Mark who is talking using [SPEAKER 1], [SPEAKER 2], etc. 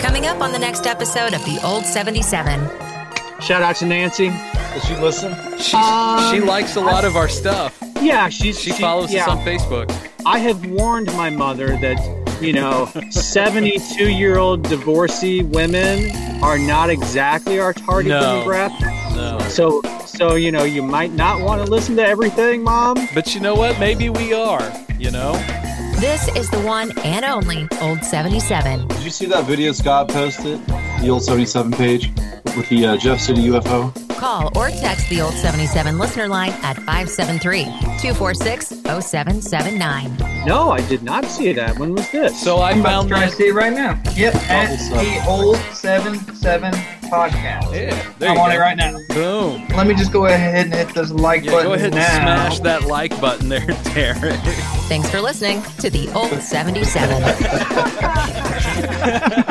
[SPEAKER 1] Coming up on the next episode of The Old 77.
[SPEAKER 2] Shout out to Nancy. Does she listen?
[SPEAKER 3] She she
[SPEAKER 4] Um,
[SPEAKER 3] likes a lot of our stuff.
[SPEAKER 2] Yeah, she's
[SPEAKER 3] She follows
[SPEAKER 2] yeah.
[SPEAKER 3] us on Facebook.
[SPEAKER 2] I have warned my mother that, you know, 72 year old divorcee women are not exactly our target
[SPEAKER 3] No.
[SPEAKER 2] demographic.
[SPEAKER 3] No.
[SPEAKER 2] So, so you know, you might not want to listen to everything, mom.
[SPEAKER 3] But you know what? Maybe we are. You know.
[SPEAKER 1] This is the one and only Old 77.
[SPEAKER 5] Did you see that video Scott posted? The old 77 page with the uh, Jeff City UFO?
[SPEAKER 1] Call or text the Old 77 listener line at 573 246 0779.
[SPEAKER 2] No, I did not see that. When was this?
[SPEAKER 3] So I
[SPEAKER 4] I'm about
[SPEAKER 3] found
[SPEAKER 4] to try to
[SPEAKER 3] that.
[SPEAKER 4] see it right now. Yep, at
[SPEAKER 5] sub.
[SPEAKER 4] the old seven seven podcast.
[SPEAKER 3] Yeah, there
[SPEAKER 4] I'm
[SPEAKER 3] you
[SPEAKER 4] on
[SPEAKER 3] go.
[SPEAKER 4] it right now.
[SPEAKER 3] Boom.
[SPEAKER 4] Let me just go ahead and hit this like
[SPEAKER 3] Yeah,
[SPEAKER 4] button
[SPEAKER 3] go ahead and
[SPEAKER 4] now.
[SPEAKER 3] smash that like button there, Derek.
[SPEAKER 1] Thanks for listening to The Old 77.